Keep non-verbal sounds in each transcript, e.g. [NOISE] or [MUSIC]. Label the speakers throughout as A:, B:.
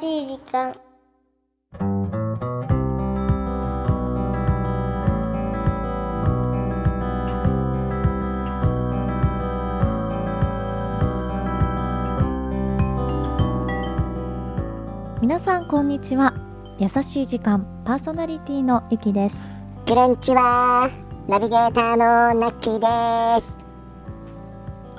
A: しい時間。
B: 皆さんこんにちは優しい時間パーソナリティのゆきです
A: クレンチはナビゲーターのナッキーです。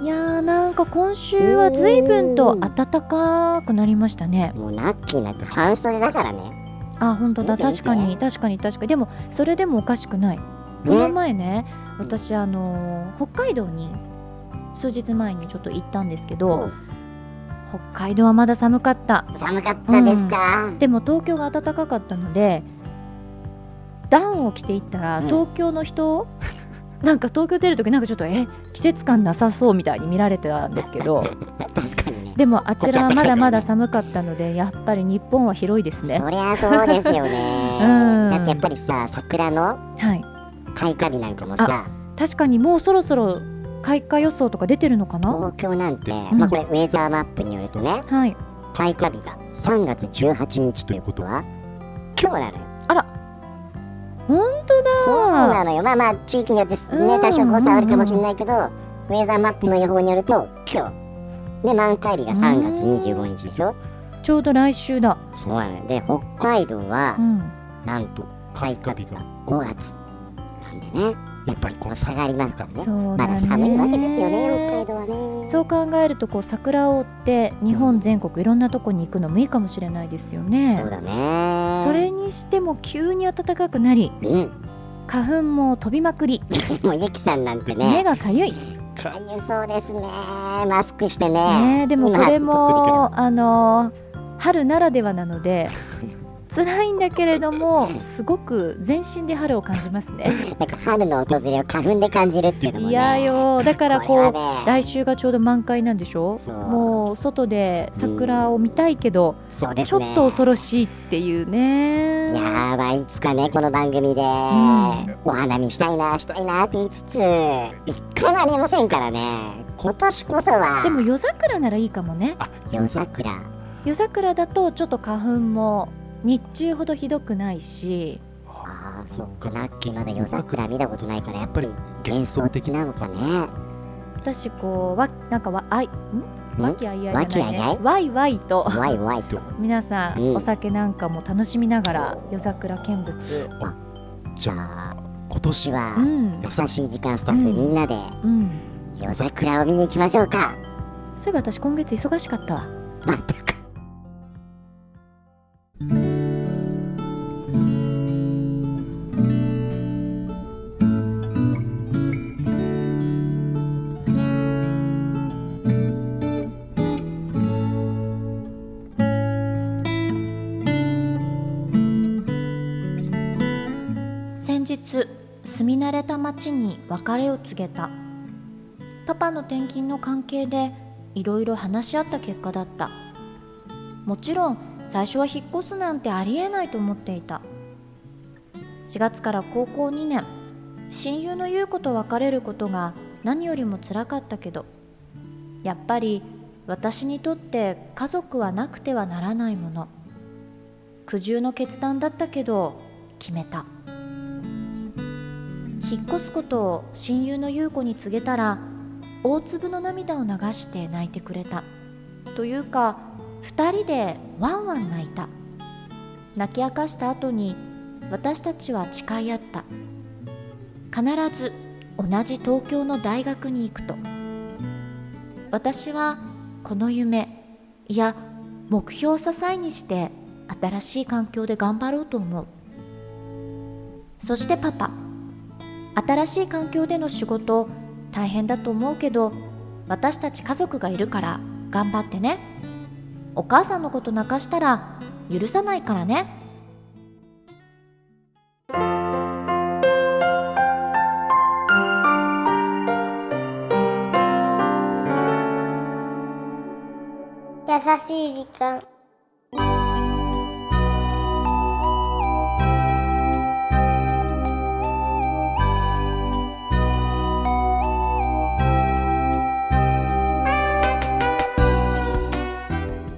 B: いやーなんか今週は随分と暖かくなりましたね
A: もうナッキーなんて半袖だからね。
B: あ本当だ
A: 見て見
B: 確
A: て
B: かに確かに確かにでもそれでもおかしくないこの前ね私あのー北海道に数日前にちょっと行ったんですけど北海道はまだ寒かった
A: 寒かったですか。
B: でも東京が暖かかったのでダウンを着ていったら
A: うん
B: 東京の人、
A: [LAUGHS]
B: なんか東京出るときなんかちょっとえ季節感なさそうみたいに見られてたんですけ
A: [LAUGHS]
B: ど
A: 確かにね。
B: でもあちらは
C: こっち
B: ま
C: は暖かいから
B: だ
C: ね
B: まだ寒かったのでやっぱり日本は広いですね。
A: そりゃそうですよね
B: [LAUGHS] うん
A: だってやっぱりさ桜の
B: はい
A: 開花日なんかもさ
B: 確かにもうそろそろ開花予想とか出てるのかな
A: 東京なんて、
C: うん
A: まあこれウェザーマップによるとね
B: はい
A: 開花日が3月18日ということは今日なのよ。
B: 本当だ
A: そうなのよ。まあまあ地域によってね
B: うん
A: 多少誤差あるかもしれないけど、ウェザーマップの予報によると今日で満開日が3月25日でしょ。
B: ちょうど来週だ
A: そうなのよ。で北海道は
B: うん
A: なんと
C: 開花日が
A: 5月なんでねやっぱりこの下がありますからね。
B: そう
A: ま
B: だね
A: だ寒いわけですよね、北海道はね。
B: そう考えるとこう桜を追って日本全国いろんなとこに行くのもいいかもしれないですよね
A: そうだね。
B: それにしても急に暖かくなり
A: うん。 [LAUGHS]
B: 花粉も飛びまくり
A: もうゆきさんなんて
B: 目
A: ね、
B: がかゆい、
A: かゆそうですね。マスクしてね。
B: ね、でもこれ
C: 今
B: もあの春ならではな
A: [LAUGHS]
B: ので辛いんだけれどもすごく全身で春を感じますね
A: なんか春の訪れを花粉で感じるっていうのもね。
B: いやよだから
A: これは
B: こう
A: ね、
B: 来週がちょうど満開なんでしょ
A: そう
B: もう外で桜を見たいけど、
A: そうですね。
B: ちょっと恐ろしいっていうね
A: やばい、いつかね、この番組で、お花見したいな、したいなって言いつつ、一回もありませんからね。今年こそは、
B: でも夜桜ならいいかもね
A: 夜桜。
B: 夜桜だとちょっと花粉も日中ほどひどくないし
A: ああ、そっか、ラッキーまだ夜桜見たことないから、やっぱり幻
C: 幻
A: 想
C: 想的
A: 的
C: な
A: なのかね。
B: 私こうわなんかわあいん和気あいあいじゃないね
A: 和気あいあい
B: わいわいと
A: 怖い怖いと。
B: 皆さん、
A: うん
B: お酒なんかも楽しみながら夜桜見物
C: じゃあ今
A: 私
C: 年は
A: は、
B: うん
A: 優しい時間スタッフみんなで
B: うん
A: 夜桜を見に行きましょうか。
B: そういえば私今月忙しかったわ
A: またか。
B: 先日住み慣れた町に別れを告げたパパの転勤の関係でいろいろ話し合った結果だったもちろん最初は引っ越すなんてありえないと思っていた4月から高校2年親友の優子と別れることが何よりも辛かったけどやっぱり私にとって家族はなくてはならないもの苦渋の決断だったけど決めた引っ越すことを親友の優子に告げたら大粒の涙を流して泣いてくれたというか2人でワンワン泣いた泣き明かした後に私たちは誓い合った必ず同じ東京の大学に行くと私はこの夢いや目標を支えにして新しい環境で頑張ろうと思うそしてパパ新しい環境での仕事大変だと思うけど私たち家族がいるから頑張ってねお母さんのこと泣かしたら許さないからね
A: 優しい時間。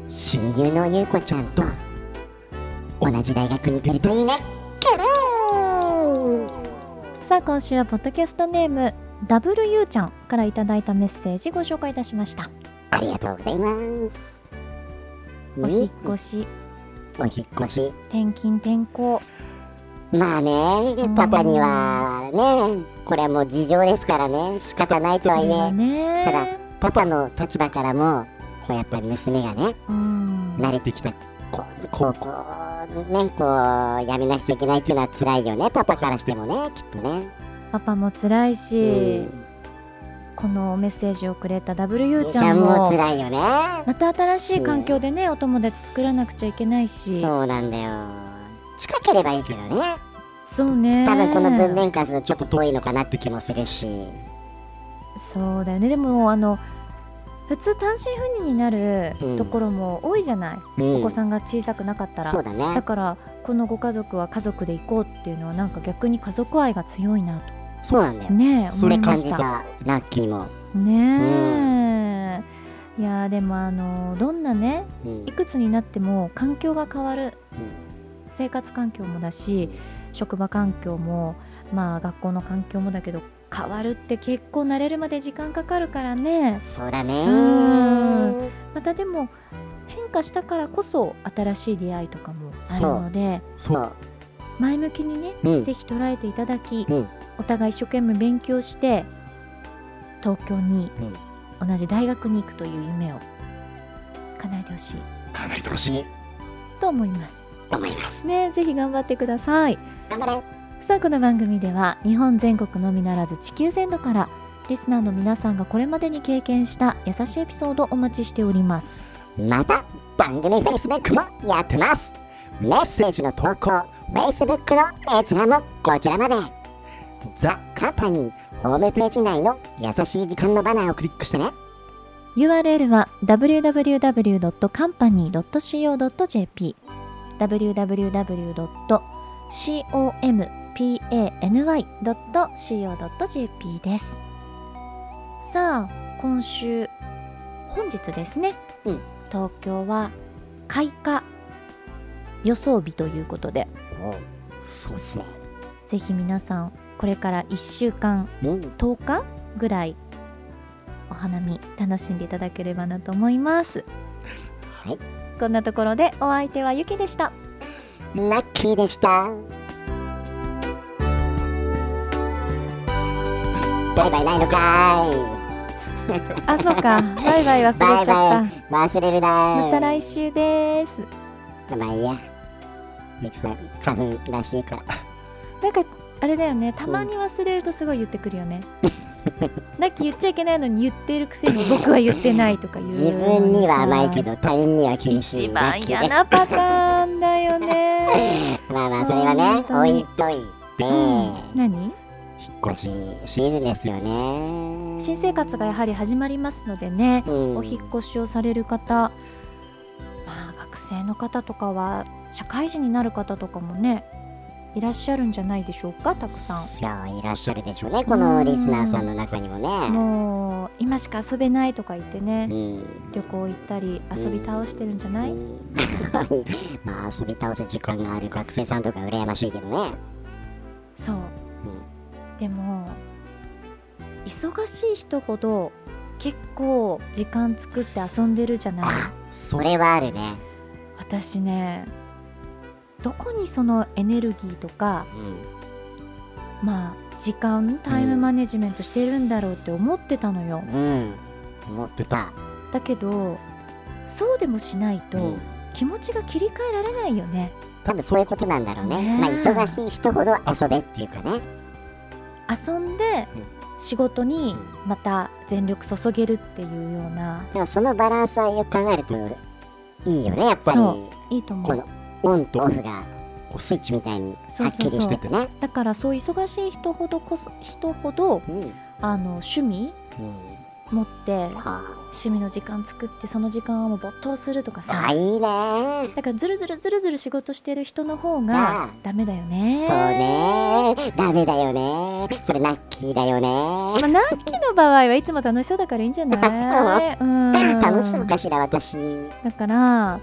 A: 親友の優子ちゃんと同じ大学に行けるといいねケロー
B: さあ今週はポッドキャストネーム WU ちゃんからいただいたメッセージご紹介いたしました
A: ありがとうございます
B: お引っ越し
A: お引っ越し
B: 転勤転校
A: まあねパパにはねこれはもう事情ですからね仕方ないとは
B: そ
A: いう
B: だ
A: え
B: ね
A: ただパパの立場からもこうやっぱり娘がね
B: うん
A: 慣れて
C: できた
A: こうこうこうねこうやめなくちゃいけないっていうのは辛いよねパパからしてもねきっとね、
B: パパも辛いし、
A: うん、
B: このメッセージをくれた WU ち
A: ち
B: ゃ
A: ゃ
B: ん
A: んも
B: も
A: 辛いよね
B: また新しい環境でねお友達作らなくちゃいけないし
A: そうなんだよ近ければいいけどね
B: そうね
A: 多分この文面からするとちょっと遠いのかなって気もするし
B: そうだよねでもあの普通単身赴任になる
A: うん
B: ところも多いじゃない、
A: お
B: お子さんが小さくなかったら、
A: そうだね
B: だからこのご家族は家族で行こうっていうのはなんか逆に家族愛が強いな
A: そうなんだ
B: と
A: よ
B: ね
A: そ
B: 思
A: れ
B: いま
A: 感
B: し
A: じ
B: た
A: たラッキーも、
B: ねえ、いやーでもあのどんなね
A: うんうん
B: いくつになっても環境が変わる生活環境もだし職場環境もまあ学校の環境もだけど変わるって結構慣れるまで時間かかるからね
A: そうだね
B: うんまたでも変化したからこそ新しい出会いとかもあるので
A: そう
B: 前向きにね、
A: うん
B: ぜひ捉えていただき、
A: うん
B: お互い一生懸命勉強して東京に同じ大学に行くという夢を叶えてほしい
C: 叶えてほしい
A: し
B: と思います
A: 思います
B: ねぜひ頑張ってください
A: 頑張れ
B: さあこの番組では日本全国のみならず地球全土からリスナーの皆さんがこれまでに経験した優しいエピソードをお待ちしております
A: また番組 Facebook もやってますメッセージの投稿 Facebook の閲覧もこちらまでザ・カンパニーホームページ内の優しい時間のバナーをクリックしてね
B: URL は www.company.co.jp www.company.co.jp ですさあ今週本日ですね、
A: うん
B: 東京は開花予想日ということで
A: おそうですね
B: ぜひ皆さんこれから1週間
A: うん
B: 10日ぐらいお花見楽しんでいただければなと思います
A: はい
B: こんなところでお相手はゆき
A: [LAUGHS]
B: でした
A: ラッキーでしたバイバイないのか
B: あそうかバイバイ忘れちゃった
A: バい忘れるな
B: また来
A: 週
B: 週です
A: まあいいやミキさん花粉らしいから
B: なんかあれだよねたまに忘れるとすごい言ってくるよねなき言っちゃいけないのに言ってるくせに僕は言ってないとか言う
A: 自分には甘いけ
B: ど
A: ど他人には厳しい
B: 一番嫌
A: ラッ
B: なパターン
A: [LAUGHS]
B: だよ
A: キー
B: ね
A: ですまあまあそれはね
B: 本当
A: 置
B: に
A: いといて、
B: 何
A: 引っ越しシーズンですよね
B: 新生活がやはり始まりますのでね
A: うん
B: お引っ越しをされる方、まあ、学生の方とかは社会人になる方とかもねいらっしゃるんじゃないでしょうかたくさん。
A: いやいらっしゃるでしょうねこのリスナーさんの中にもね
B: もう今しか遊べないとか言ってね
A: うん
B: 旅行行ったり遊び倒してるんじゃない、
A: うん [LAUGHS] まあ遊び倒す時間がある学生さんとか羨ましいけどね
B: そうでも忙しい人ほど結構時間作って遊んでるじゃない
A: あそれはあるね
B: 私ねどこにそのエネルギーとかまあ時間タイムマネジメントしてるんだろうって思ってたのよ、
A: うん、うん、思ってた
B: だけどそうでもしないと
A: ん
B: 気持ちが切り替えられないよね
A: 多分そういうことなんだろうね
B: ねえ
A: まあ忙しい人ほど遊べっていうかね
B: 遊んで仕事にまた全力注げるっていうような
A: でもそのバランスはよく考えるといいよねやっぱり
B: そいいと思
A: こ
B: う
A: のオンとオフがこうスイッチみたいにはっきりしててね
B: だからそう忙しい人ほどこそ人ほど
A: うんうん
B: あの趣味持って
A: あ
B: 趣味の時間作ってその時間はもう没頭するとか
A: あ
B: さ
A: いいね
B: だからずるずるずるずる仕事してる人の方が
A: ああ
B: ダメだよね
A: そうねダメだよねそれラッキーだよね
B: まあ、ナッキの場合はいつも楽しそうだからいいんじゃな
A: あ
B: いうん
A: 楽しそうかしら私
B: だから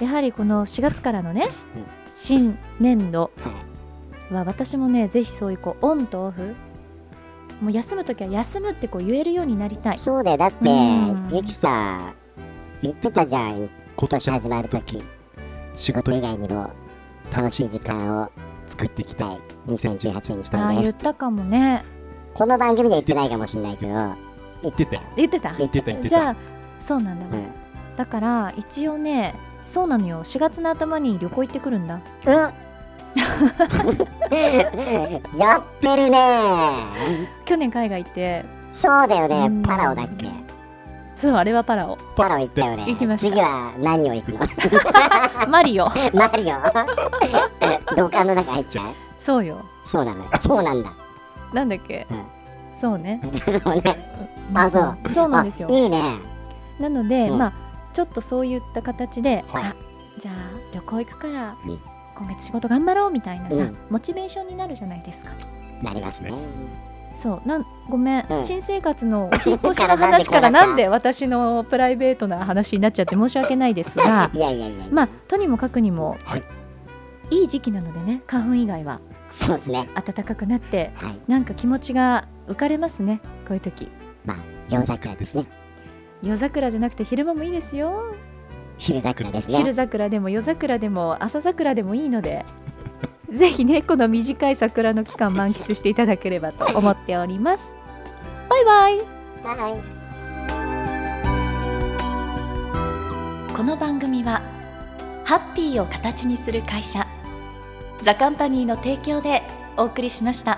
B: やはりこの4月からのね
A: うん
B: 新年度
A: はい
B: は私もねぜひそういうこうオンとオフもう休む時は休むってこう言えるようになりたい
A: そうだよだって
B: うん
A: ゆきさん言ってたじゃん今年始まる時仕事以外にも楽しい時間を作っていきたい2018年にし
B: あ
A: た
B: あ
A: いで
B: 言
A: す
B: ったかもね
A: この番組では言ってないかもしれないけど言
C: 言ってたよ。
B: 言ってた
A: 言ってた
C: 言ってた
B: じゃあそうなんだわ、
A: うん
B: だから一応ねそうなのよ4月の頭に旅行行ってくるんだ
A: うん
B: [LAUGHS]
A: [LAUGHS] やってるね
B: 去年海外行って
A: そうだよね、
B: うん
A: パラオだっけ
B: そうあれはパラオ
A: パラオ行ったよね
B: 行きました
A: 次は何を行く [LAUGHS] の
B: マリオ
A: マリオ [LAUGHS] 土管の中入っちゃう
B: そうよ
A: そうなの
B: [LAUGHS]
A: よそうなんだ
B: なんだっけ、
A: うん
B: そうね
A: そうねあそう
B: そうなんですよ
A: あいいね
B: なので、
A: うん
B: まあちょっとそういった形で、
A: はい
B: あじゃあ旅行行くから、
A: うん
B: 今月仕事頑張ろうみたいなさ、
A: うん
B: モチベーションになるじゃないですか
A: なりますね。
B: そうなんごめん、
A: うん
B: 新生活のお引っ越
A: [LAUGHS]
B: しの話から
A: な
B: なんん
A: で
B: で私のプライベートな話になっちゃって申し訳ないですが
A: いやいやいやいや。
B: まあとにもかくにも、
C: はい
B: いい時期なのでね花粉以外は
A: そうですね。
B: 暖かくなって
A: はい。
B: なんか気持ちが浮かれますねこういう時
A: まあ、夜桜ですね。
B: 夜桜じゃなくて昼間もいいですよ
A: 昼桜ですね。
B: 昼桜でも夜桜でも朝桜でもいいのでぜひねこの短い桜の期間満喫していただければと思っておりますバイバイ
A: はい。
B: この番組はハッピーを形にする会社ザカンパニーの提供でお送りしました